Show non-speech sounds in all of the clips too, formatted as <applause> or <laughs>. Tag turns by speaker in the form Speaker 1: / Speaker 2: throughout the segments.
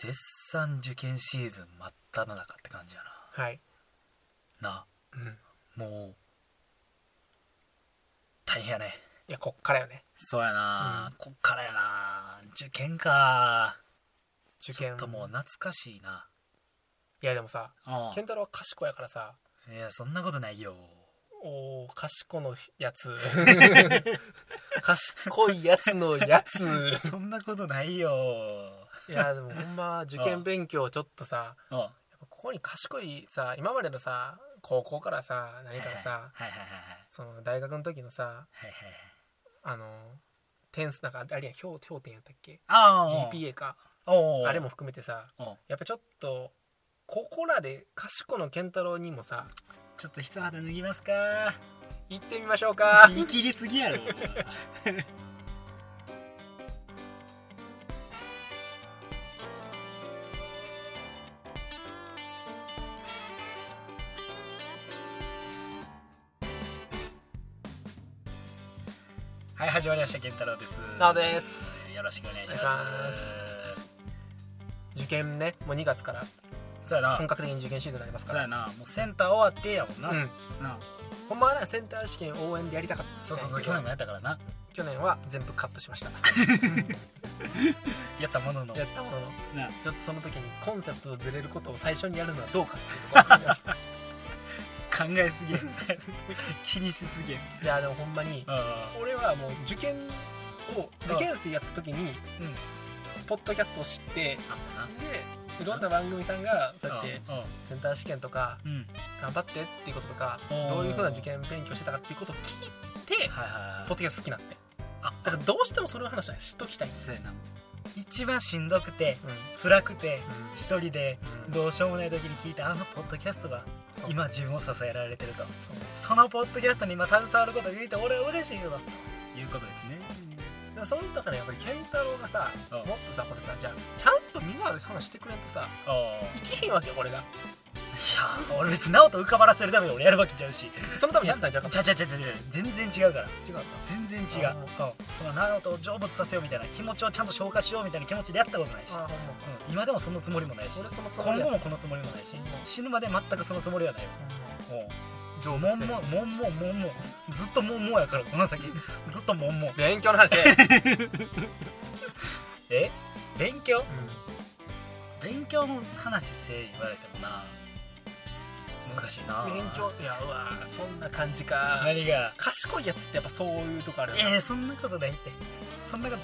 Speaker 1: 絶賛受験シーズン真っ只中って感じや
Speaker 2: はい
Speaker 1: な
Speaker 2: うん
Speaker 1: なもう大変やね
Speaker 2: いやこっからよね
Speaker 1: そうやな、
Speaker 2: う
Speaker 1: こっからやな受験か
Speaker 2: 受験
Speaker 1: ともう懐かしいない
Speaker 2: やでもさ
Speaker 1: う
Speaker 2: 健太郎は賢いやからさ
Speaker 1: んいやそんなことないよ <laughs>
Speaker 2: おー賢のやつ賢いやつのやつ
Speaker 1: そんなことないよ
Speaker 2: いやでもほんま受験勉強ちょっとさ
Speaker 1: うんは
Speaker 2: やっぱここに賢いさ今までのさ高校からさ
Speaker 1: い
Speaker 2: 何
Speaker 1: はい
Speaker 2: からさ、
Speaker 1: はいはいはい
Speaker 2: その大学の時のさ
Speaker 1: はいはいはい
Speaker 2: あの点数なんかあれや評評点やったっけ
Speaker 1: ああ
Speaker 2: GPA か
Speaker 1: おー
Speaker 2: あれも含めてさ
Speaker 1: おー
Speaker 2: やっぱちょっとここらで賢の健太郎にもさ
Speaker 1: ちょっと一肌脱ぎますか
Speaker 2: 行ってみましょうか
Speaker 1: 言い切りすぎやろはい始まりました健太郎です
Speaker 2: なおです
Speaker 1: よろしくお願いします
Speaker 2: お願いし受験ねもう2月から
Speaker 1: そうやな
Speaker 2: 本格的に受験シーズンになりますか
Speaker 1: そうや
Speaker 2: ら
Speaker 1: なもうセンター終わってやもんな、
Speaker 2: うん
Speaker 1: な
Speaker 2: ほんまはなセンター試験応援でやりたかったんです
Speaker 1: そう
Speaker 2: け
Speaker 1: そう
Speaker 2: ど
Speaker 1: そう去年もやったからな
Speaker 2: 去年は全部カットしました
Speaker 1: やったものの
Speaker 2: やったものの
Speaker 1: な
Speaker 2: ちょっとその時にコンセプトずれることを最初にやるのはどうかっていうところがありまし
Speaker 1: <laughs> 考えすぎや <laughs> 気にしすぎや
Speaker 2: たいやでもほんまに
Speaker 1: あ
Speaker 2: 俺はもう受験を
Speaker 1: うん
Speaker 2: 受験生やった時に、ポッドキャストを知って
Speaker 1: あそうな
Speaker 2: でいろんな番組さんがそうやって
Speaker 1: う
Speaker 2: センター試験とか
Speaker 1: んうん
Speaker 2: 頑張ってっていうこととか
Speaker 1: おー
Speaker 2: どういうふうな受験勉強してたかっていうことを聞いて
Speaker 1: はいはいはい
Speaker 2: ポッドキャスト好きなんて
Speaker 1: あ
Speaker 2: だからどうしてもその話は知っときたい、
Speaker 1: そうやな一番しんどくて
Speaker 2: うん
Speaker 1: 辛くて
Speaker 2: う
Speaker 1: 一人で
Speaker 2: ん
Speaker 1: どうしようもない時に聞いたあのポッドキャストが
Speaker 2: そう
Speaker 1: 今自分を支えられてるとそのポッドキャストに今携わることができて俺は嬉しいよということですね
Speaker 2: でもその中でやっぱり健太郎がさ
Speaker 1: うん
Speaker 2: もっとさこれさじゃあちゃんとみんなで話してくれんとさ
Speaker 1: ああ
Speaker 2: いきへんわけよこれが
Speaker 1: いや俺別に直人浮かばらせるために俺やるわけちゃうし
Speaker 2: そのためにやってたんじゃなかっ
Speaker 1: ちゃちゃちゃちゃちゃ全然違うから
Speaker 2: た違うかった
Speaker 1: 全然違う、
Speaker 2: あ
Speaker 1: うん、そのナオトを成仏させようみたいな気持ちをちゃんと消化しようみたいな気持ちでやったことないし、
Speaker 2: あほんま
Speaker 1: うん、今でもそのつもりもないし
Speaker 2: 俺そのつも
Speaker 1: 今
Speaker 2: りや
Speaker 1: 後もこのつもりもないし
Speaker 2: うん
Speaker 1: 死ぬまで全くそのつもりはないわも
Speaker 2: 上
Speaker 1: うもんもんもんもんもんもんずっともんもんやからこの
Speaker 2: <laughs>
Speaker 1: 先ずっともんもん
Speaker 2: 勉強の <laughs> 話で、
Speaker 1: え勉強勉強の話せ言われてもな難しいな
Speaker 2: 勉強いやうわそんな感じか
Speaker 1: 何が
Speaker 2: 賢いやつってやっぱそういうとこあるよね
Speaker 1: えー、そんなことないってそんなこと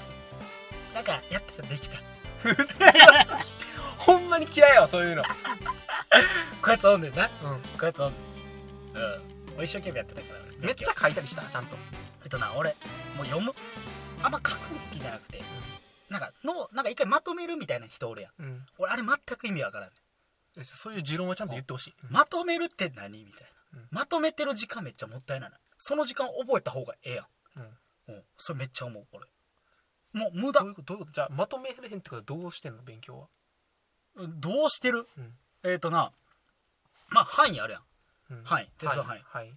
Speaker 1: なんかやってたらできた
Speaker 2: ほんまに嫌いやわそういうの
Speaker 1: こやつおんねんな
Speaker 2: うん
Speaker 1: こやつおんねんうん俺一生懸命やってたから俺
Speaker 2: めっちゃ書いたりしたちゃんと
Speaker 1: えっとな俺もう読むあんま書くの好きじゃなくてなんかのなんか一回まとめるみたいな人おるやん
Speaker 2: うん
Speaker 1: 俺あれ全く意味わからん
Speaker 2: そういう持論をちゃんと言ってほしい
Speaker 1: まとめるって何みたいな、
Speaker 2: うん
Speaker 1: まとめてる時間めっちゃもったいないなその時間覚えた方がええやん、
Speaker 2: うん
Speaker 1: うん、それめっちゃ思う俺もう無
Speaker 2: ど
Speaker 1: 駄
Speaker 2: ういうことどういうことじゃあまとめれへんってことはどうしてんの勉強は
Speaker 1: どうしてる、
Speaker 2: うん
Speaker 1: えっ、となまあ範囲あるやん
Speaker 2: うん
Speaker 1: はい手相範囲
Speaker 2: はい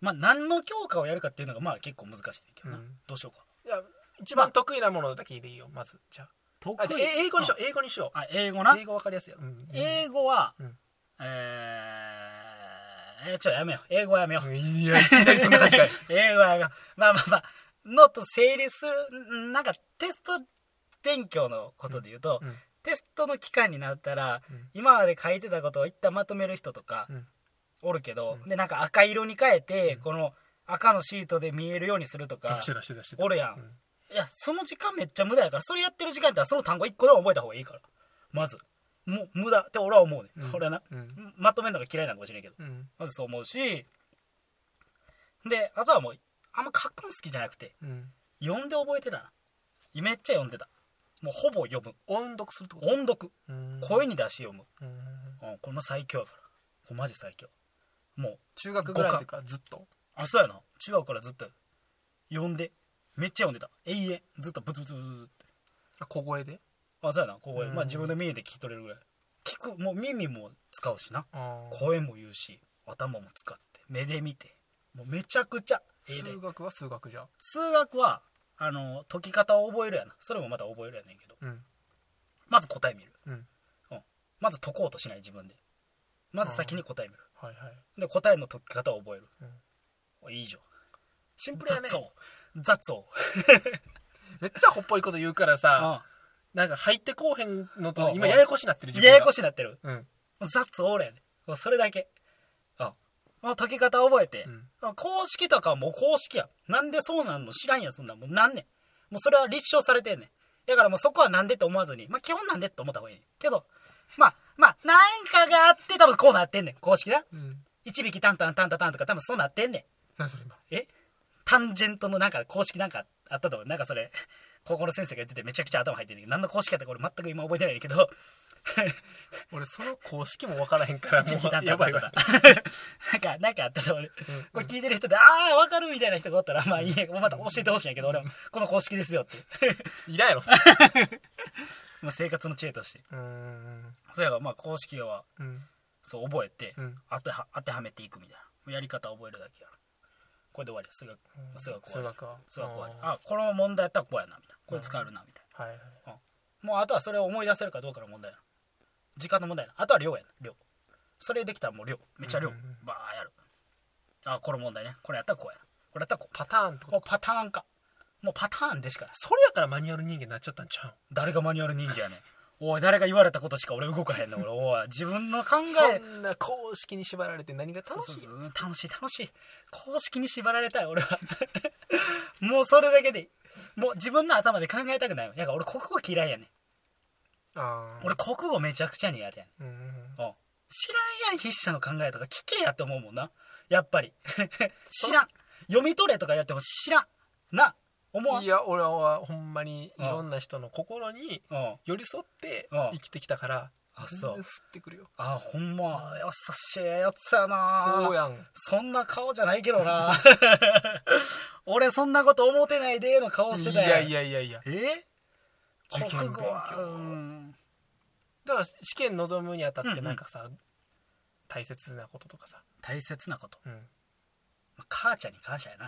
Speaker 1: まあ何の教科をやるかっていうのがまあ結構難しいねんだけどな、
Speaker 2: うん
Speaker 1: どうしようか
Speaker 2: いや一番得意なものだけでいいよまずじゃああ
Speaker 1: 得
Speaker 2: じゃあ
Speaker 1: 意
Speaker 2: え英語にしよう英語にしよ
Speaker 1: あ英語
Speaker 2: う
Speaker 1: な
Speaker 2: 英語わかりやすいようん
Speaker 1: 英語は、
Speaker 2: うん
Speaker 1: えー、えちょやめよう英語はやめよう、
Speaker 2: うんいやい
Speaker 1: <laughs>
Speaker 2: きなりそんな感じかい <laughs>
Speaker 1: 英語はやめようまあまあまあノート整理するんなんかテスト勉強のことで言うと、
Speaker 2: うん
Speaker 1: テストの期間になったら、
Speaker 2: うん
Speaker 1: 今まで書いてたことを一旦まとめる人とか
Speaker 2: うん
Speaker 1: おるけど、
Speaker 2: うん
Speaker 1: でなんか赤色に変えて、
Speaker 2: うん
Speaker 1: この赤のシートで見えるようにするとか
Speaker 2: してたしてたしてた
Speaker 1: おるやん、
Speaker 2: うん
Speaker 1: いやその時間めっちゃ無駄やからそれやってる時間やったらその単語一個でも覚えた方がいいからまずもう無駄って俺は思うね、
Speaker 2: うん
Speaker 1: 俺はな
Speaker 2: うん
Speaker 1: まとめるのが嫌いなのかもしれないけど
Speaker 2: うん
Speaker 1: まずそう思うしであとはもうあんま書くの好きじゃなくて
Speaker 2: うん
Speaker 1: 読んで覚えてたなめっちゃ読んでたもうほぼ読む
Speaker 2: 音読するってこと
Speaker 1: 音読
Speaker 2: うん
Speaker 1: 声に出して読む、
Speaker 2: うん
Speaker 1: うん、これも最強やからこれマジ最強もう
Speaker 2: 中学ぐらいの時からずっと
Speaker 1: あそうやな中学からずっと読んでめっちゃ読んでた永遠ずっとブツブツブツブツって
Speaker 2: あ小声で
Speaker 1: あそうやなここ、
Speaker 2: うん
Speaker 1: まあ、自分の耳で聞き取れるぐらい聞くもう耳も使うしな
Speaker 2: あー
Speaker 1: 声も言うし頭も使って目で見てもうめちゃくちゃええで
Speaker 2: 数学は数学じゃ
Speaker 1: 数学はあの解き方を覚えるやなそれもまた覚えるやねんけど
Speaker 2: うん
Speaker 1: まず答え見る、
Speaker 2: うん
Speaker 1: まず解こうとしない自分でまず先に答え見る
Speaker 2: はいはい
Speaker 1: で答えの解き方を覚える、いいじゃん
Speaker 2: シンプルやね
Speaker 1: 雑を雑を、
Speaker 2: めっちゃほっぽいこと言うからさ、
Speaker 1: う
Speaker 2: なんか入ってこうへん
Speaker 1: う
Speaker 2: の
Speaker 1: ん
Speaker 2: と
Speaker 1: うん
Speaker 2: 今ややこしになってる
Speaker 1: んややこ
Speaker 2: し
Speaker 1: しになってる
Speaker 2: うん
Speaker 1: 雑を俺やねもうそれだけうんもう解き方覚えて、
Speaker 2: うん
Speaker 1: 公式とかはもう公式やんなんでそうなんの知らんやんそんなんもうなんねんもうそれは立証されてんねんだからもうそこはなんでって思わずにまあ基本なんでって思った方がいいねんけどまあまあなんかがあって多分こうなってんねん公式な
Speaker 2: うん
Speaker 1: 一匹タンタンタンタンタンとか多分そうなってんねん
Speaker 2: 何それ今
Speaker 1: タンジェントのなんか公式なんかあったと思うなんかそれ高校の先生が言っててめちゃくちゃ頭入ってんねんけど何の公式やったか俺全く今覚えてないねんけど
Speaker 2: 俺その公式も分からへんから
Speaker 1: 一
Speaker 2: も
Speaker 1: 匹タンタ
Speaker 2: う
Speaker 1: ン
Speaker 2: や
Speaker 1: タ
Speaker 2: ば
Speaker 1: ン
Speaker 2: い
Speaker 1: タン
Speaker 2: わ、
Speaker 1: タン <laughs> なんかなんかあったと思う
Speaker 2: うん
Speaker 1: これ聞いてる人で、ああ、わかるみたいな人がおったら、まあいいや、また教えてほしいんやけど、俺も、この公式ですよって。 <laughs>
Speaker 2: いらんやろ
Speaker 1: もう生活の知恵として。
Speaker 2: うーん
Speaker 1: そうやから、まあ公式は、
Speaker 2: <laughs> うん
Speaker 1: そう覚えて、
Speaker 2: うん
Speaker 1: 当ては、当てはめていくみたいな。やり方覚えるだけや。これで終わりや。数学、数学終わり。
Speaker 2: 学は
Speaker 1: 数学終わり。
Speaker 2: あ
Speaker 1: あ、この問題やったらこうやな、みたいな。これ使えるな、みたい
Speaker 2: ーはいはい
Speaker 1: な。もうあとはそれを思い出せるかどうかの問題やな。時間の問題やな。あとは量やな、量。それできたらもう量。めっちゃ量。
Speaker 2: うんうんうん
Speaker 1: バーやる。あ、この問題ね。これやったらこうやな。これやったらこ
Speaker 2: パターンと
Speaker 1: う。も
Speaker 2: か
Speaker 1: うパターン化。もうパターンでしかない
Speaker 2: それやからマニュアル人間になっちゃったんちゃう
Speaker 1: 誰がマニュアル人間やねんおい誰が言われたことしか俺動かへんの俺おい自分の考
Speaker 2: そ
Speaker 1: え
Speaker 2: んな公式に縛られて何が楽し
Speaker 1: そ
Speaker 2: い
Speaker 1: うそうそう楽しい楽しい公式に縛られたい俺は <laughs> もうそれだけでいいもう自分の頭で考えたくないもんやから俺国語嫌いやねん
Speaker 2: あー
Speaker 1: 俺国語めちゃくちゃ苦手やねん
Speaker 2: うんうんうん
Speaker 1: うん知らんやん筆者の考えとか聞けやって思うもんなやっぱり <laughs> 知らん読み取れとかやっても知らんな思わん
Speaker 2: いや俺はほんまにいろんな人の心に
Speaker 1: うん
Speaker 2: 寄り添って
Speaker 1: うん
Speaker 2: 生きてきたから
Speaker 1: あ
Speaker 2: 全
Speaker 1: そう
Speaker 2: 然吸ってくるよ
Speaker 1: あほんま優しいやつやな
Speaker 2: そうやん
Speaker 1: そんな顔じゃないけどな。 <laughs> 俺そんなこと思ってないでの顔して
Speaker 2: い
Speaker 1: たやん。
Speaker 2: やいやいやいや
Speaker 1: え
Speaker 2: 受験
Speaker 1: 国
Speaker 2: 勉
Speaker 1: 語
Speaker 2: 強
Speaker 1: は、うん
Speaker 2: だから試験臨むにあた
Speaker 1: う
Speaker 2: っ
Speaker 1: んう
Speaker 2: て
Speaker 1: ん
Speaker 2: なんかさ、大切なこととかさ、
Speaker 1: 大切なこと。
Speaker 2: うん、
Speaker 1: まあ母ちゃんに感謝やな。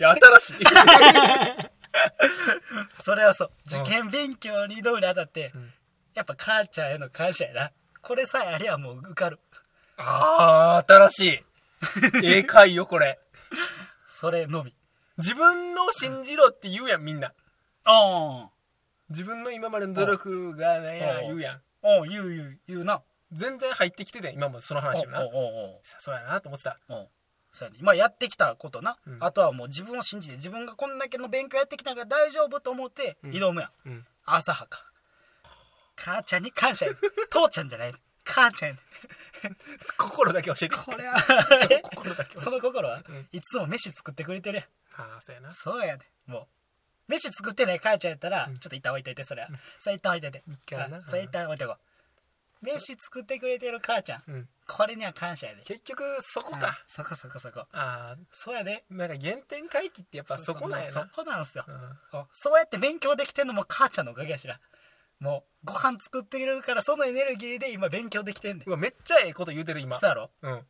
Speaker 2: いや新しい、
Speaker 1: それはそう。
Speaker 2: うん
Speaker 1: 受験勉強に挑むにあたって、
Speaker 2: うん
Speaker 1: やっぱ母ちゃんへの感謝やな。これさえありゃもう受かる。
Speaker 2: <laughs> あー新しい英会よこれ
Speaker 1: それのみ。
Speaker 2: 自分の信じろって言うやんみんな
Speaker 1: あ
Speaker 2: 自分の今までの努力がなんや
Speaker 1: うん
Speaker 2: 言うやん
Speaker 1: あ。うん、言う言う、言うな。
Speaker 2: 全然入ってきてて今もその話もな
Speaker 1: おうおうおうおう
Speaker 2: さそうやなと思ってた
Speaker 1: うんそうやね今やってきたことな、
Speaker 2: うん
Speaker 1: あとはもう自分を信じて自分がこんだけの勉強やってきたから大丈夫と思って
Speaker 2: うん
Speaker 1: 挑むやん、
Speaker 2: うん
Speaker 1: 浅はか母ちゃんに感謝や父ちゃんじゃない母ちゃんやね
Speaker 2: 心だけ教えて
Speaker 1: これは
Speaker 2: <laughs> 心だけ教え
Speaker 1: そ
Speaker 2: て
Speaker 1: の心は、
Speaker 2: うん
Speaker 1: いつも飯作ってくれてるやん
Speaker 2: ああそうやな
Speaker 1: そうやねもう飯作ってない母ちゃんやったら、
Speaker 2: うん
Speaker 1: ちょっと一旦置いといてそれは、それ一旦置いといて
Speaker 2: 一回な
Speaker 1: うんそれ一旦置いとこう飯作ってくれてる母ちゃん
Speaker 2: うん
Speaker 1: これには感謝やで
Speaker 2: 結局そこ
Speaker 1: うん
Speaker 2: か、
Speaker 1: そこそこそこ
Speaker 2: あ
Speaker 1: そうやで
Speaker 2: あなんか原点回帰ってやっぱそこなんや
Speaker 1: そう
Speaker 2: な
Speaker 1: そうもうそこなんすよ、
Speaker 2: うん
Speaker 1: そうやって勉強できてんのも母ちゃんのおかげやしなもうご飯作ってるからそのエネルギーで今勉強できてんねん
Speaker 2: うわめっちゃええこと言うてる今
Speaker 1: そうやろ
Speaker 2: うん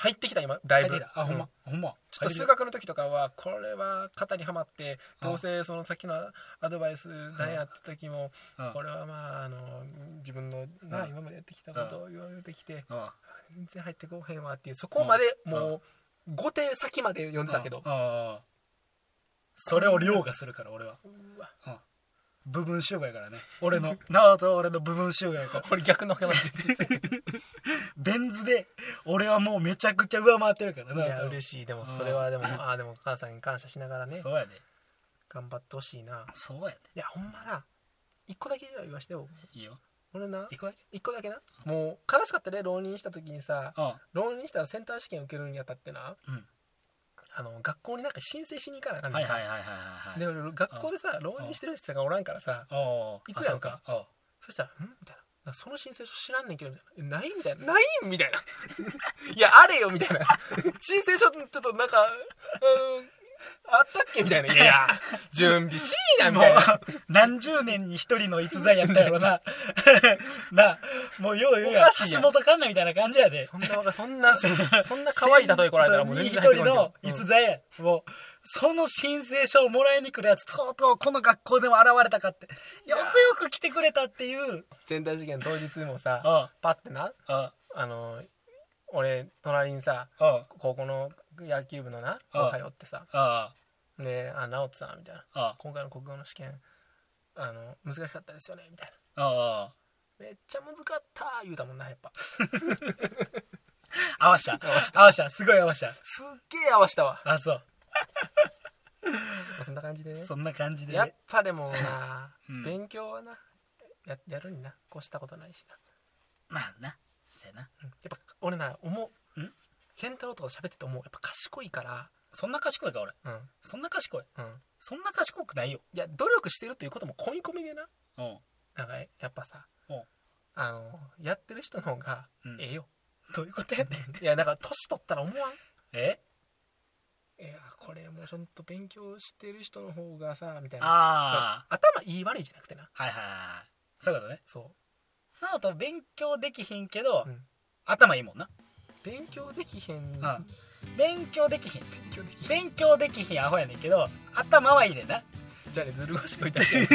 Speaker 2: 入ってきた今だい
Speaker 1: 入っ
Speaker 2: ぶ
Speaker 1: てきたあほん
Speaker 2: う
Speaker 1: まほんま
Speaker 2: ちょっと数学の時とかはこれは肩にはまってどうせその先のアドバイス何やって時も
Speaker 1: うんうん
Speaker 2: これはまああの自分のな
Speaker 1: うん
Speaker 2: 今までやってきたことを言われてきて
Speaker 1: うん
Speaker 2: 全然入ってこうへんわっていうそこまで
Speaker 1: うん
Speaker 2: もう5手先まで読んでたけど
Speaker 1: うんうんうんそれを凌駕するから俺は
Speaker 2: うわ
Speaker 1: うん部分集合やからね俺の <laughs> なおと俺の部分集合やから
Speaker 2: 俺逆
Speaker 1: <laughs>
Speaker 2: の話で
Speaker 1: ベン図で俺はもうめちゃくちゃ上回ってるから
Speaker 2: い
Speaker 1: な
Speaker 2: や
Speaker 1: し
Speaker 2: 嬉しいでもそれはでもああでも母さんに感謝しながらね
Speaker 1: そうやで
Speaker 2: 頑張ってほしいな
Speaker 1: そうやで
Speaker 2: いやほんまな一個だけ言わしてよ
Speaker 1: いいよ
Speaker 2: 俺な
Speaker 1: 行こうや
Speaker 2: 一個だけなもう悲しかったで浪人した時にさ
Speaker 1: あ
Speaker 2: 浪人したらセンター試験受けるにあたってな
Speaker 1: うん
Speaker 2: あの学校になんか申請しに行かなあかん
Speaker 1: は
Speaker 2: ね
Speaker 1: い
Speaker 2: んか
Speaker 1: はいはいはいはい
Speaker 2: で
Speaker 1: はい
Speaker 2: 俺学校でさ浪人してる人がおらんからさ
Speaker 1: 行
Speaker 2: 行くやんか
Speaker 1: あ
Speaker 2: そしたら「ん?」みたいな「なその申請書知らんねんけど」みたいな「ない?」みたいな「ない?」 <laughs> みたいな「いやあれよ」みたいな申請書ちょっとなんか、うんあったっけみたいな「いやいや準備しいな」み
Speaker 1: も
Speaker 2: たいな
Speaker 1: う、何十年に一人の逸材やったやろ
Speaker 2: <laughs>
Speaker 1: な。な、もうよう言うや
Speaker 2: お
Speaker 1: ん
Speaker 2: かしいや
Speaker 1: 橋本
Speaker 2: ん
Speaker 1: 環奈みたいな感じやで。
Speaker 2: そんなわかそんなそんな可愛い例えこられたらもう全然
Speaker 1: そう
Speaker 2: 入っ
Speaker 1: 一
Speaker 2: て
Speaker 1: 人
Speaker 2: こない
Speaker 1: の
Speaker 2: けど
Speaker 1: 逸材や、もう、その申請書をもらいに来るやつ、とうとうこの学校でも現れたかって。よくよく来てくれたっていう。
Speaker 2: 全体事件当日もさ
Speaker 1: うん、うん、
Speaker 2: パッてな
Speaker 1: うん、
Speaker 2: あの俺隣にさ
Speaker 1: うん、
Speaker 2: 高校の野球部のな
Speaker 1: うん
Speaker 2: 後輩おってさ
Speaker 1: うん、
Speaker 2: 「であ直人さん」みたいな
Speaker 1: うん
Speaker 2: 「今回の国語の試験あの難しかったですよね」みたいな
Speaker 1: うん。
Speaker 2: 「めっちゃ難かった」言うたもんなやっぱ
Speaker 1: 合わした。
Speaker 2: 合わ
Speaker 1: 合わした。すごい合わした。
Speaker 2: すっげえ合わしたわ
Speaker 1: あ、そう。
Speaker 2: まあそんな感じでね
Speaker 1: そんな感じで。
Speaker 2: やっぱでもな、
Speaker 1: <laughs> うん
Speaker 2: 勉強はなややるになこうしたことないしな、
Speaker 1: まあな。せやな。
Speaker 2: うんやっぱ俺な思うん健太郎とかと喋ってて思うやっぱ賢いから
Speaker 1: そんな賢いか、俺。
Speaker 2: うん
Speaker 1: そんな賢い。
Speaker 2: うん
Speaker 1: そんな賢くないよ。
Speaker 2: いや努力してるということも込み込みでな
Speaker 1: うん。
Speaker 2: なんかやっぱさ
Speaker 1: うん
Speaker 2: あのやってる人の方が
Speaker 1: うん
Speaker 2: ええよ、
Speaker 1: どういうことやねん。
Speaker 2: いやなんか年取ったら思わん
Speaker 1: え
Speaker 2: いやこれもうちょっと勉強してる人の方がさみたいな
Speaker 1: あ
Speaker 2: 頭いい悪いじゃなくてな
Speaker 1: あ。はいはいはい。そういうことね。
Speaker 2: そ
Speaker 1: なおと勉強できひんけど、
Speaker 2: うん
Speaker 1: 頭いいもんな。
Speaker 2: う勉強できへん、
Speaker 1: ん
Speaker 2: 勉
Speaker 1: 勉強できひん。
Speaker 2: 強できへん
Speaker 1: 勉強できひんアホやねんけど、頭はいいねんな。
Speaker 2: じゃ
Speaker 1: <laughs>
Speaker 2: あねずる賢いだけ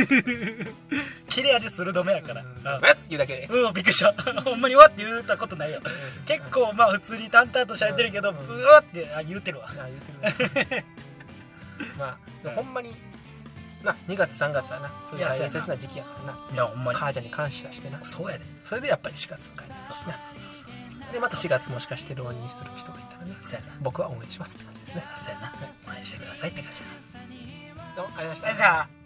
Speaker 1: 切れ味鋭めやから。
Speaker 2: うん
Speaker 1: う
Speaker 2: えっって言うだけで
Speaker 1: ん、うん、びっくりした。 <laughs> ほんまにわって言ったことないよ。結構まあ普通に淡々と喋ってるけど、
Speaker 2: う
Speaker 1: うんわってあ言うてるわ
Speaker 2: あ言ってるねまあでもほんまにな2月3月はなそういう
Speaker 1: いや
Speaker 2: 大
Speaker 1: そうやな
Speaker 2: 切な時期やからない
Speaker 1: やほんまに
Speaker 2: 母ちゃんに感謝してな
Speaker 1: そうやで
Speaker 2: それでやっぱり4月迎えて
Speaker 1: そうそうそうそう
Speaker 2: なでまた4月もしかして浪人する人がいたらね
Speaker 1: そうやな
Speaker 2: 僕は応援しますって感じですね
Speaker 1: そうやな応援してくださいって感じ
Speaker 2: どうもありがとうございました
Speaker 1: じゃあ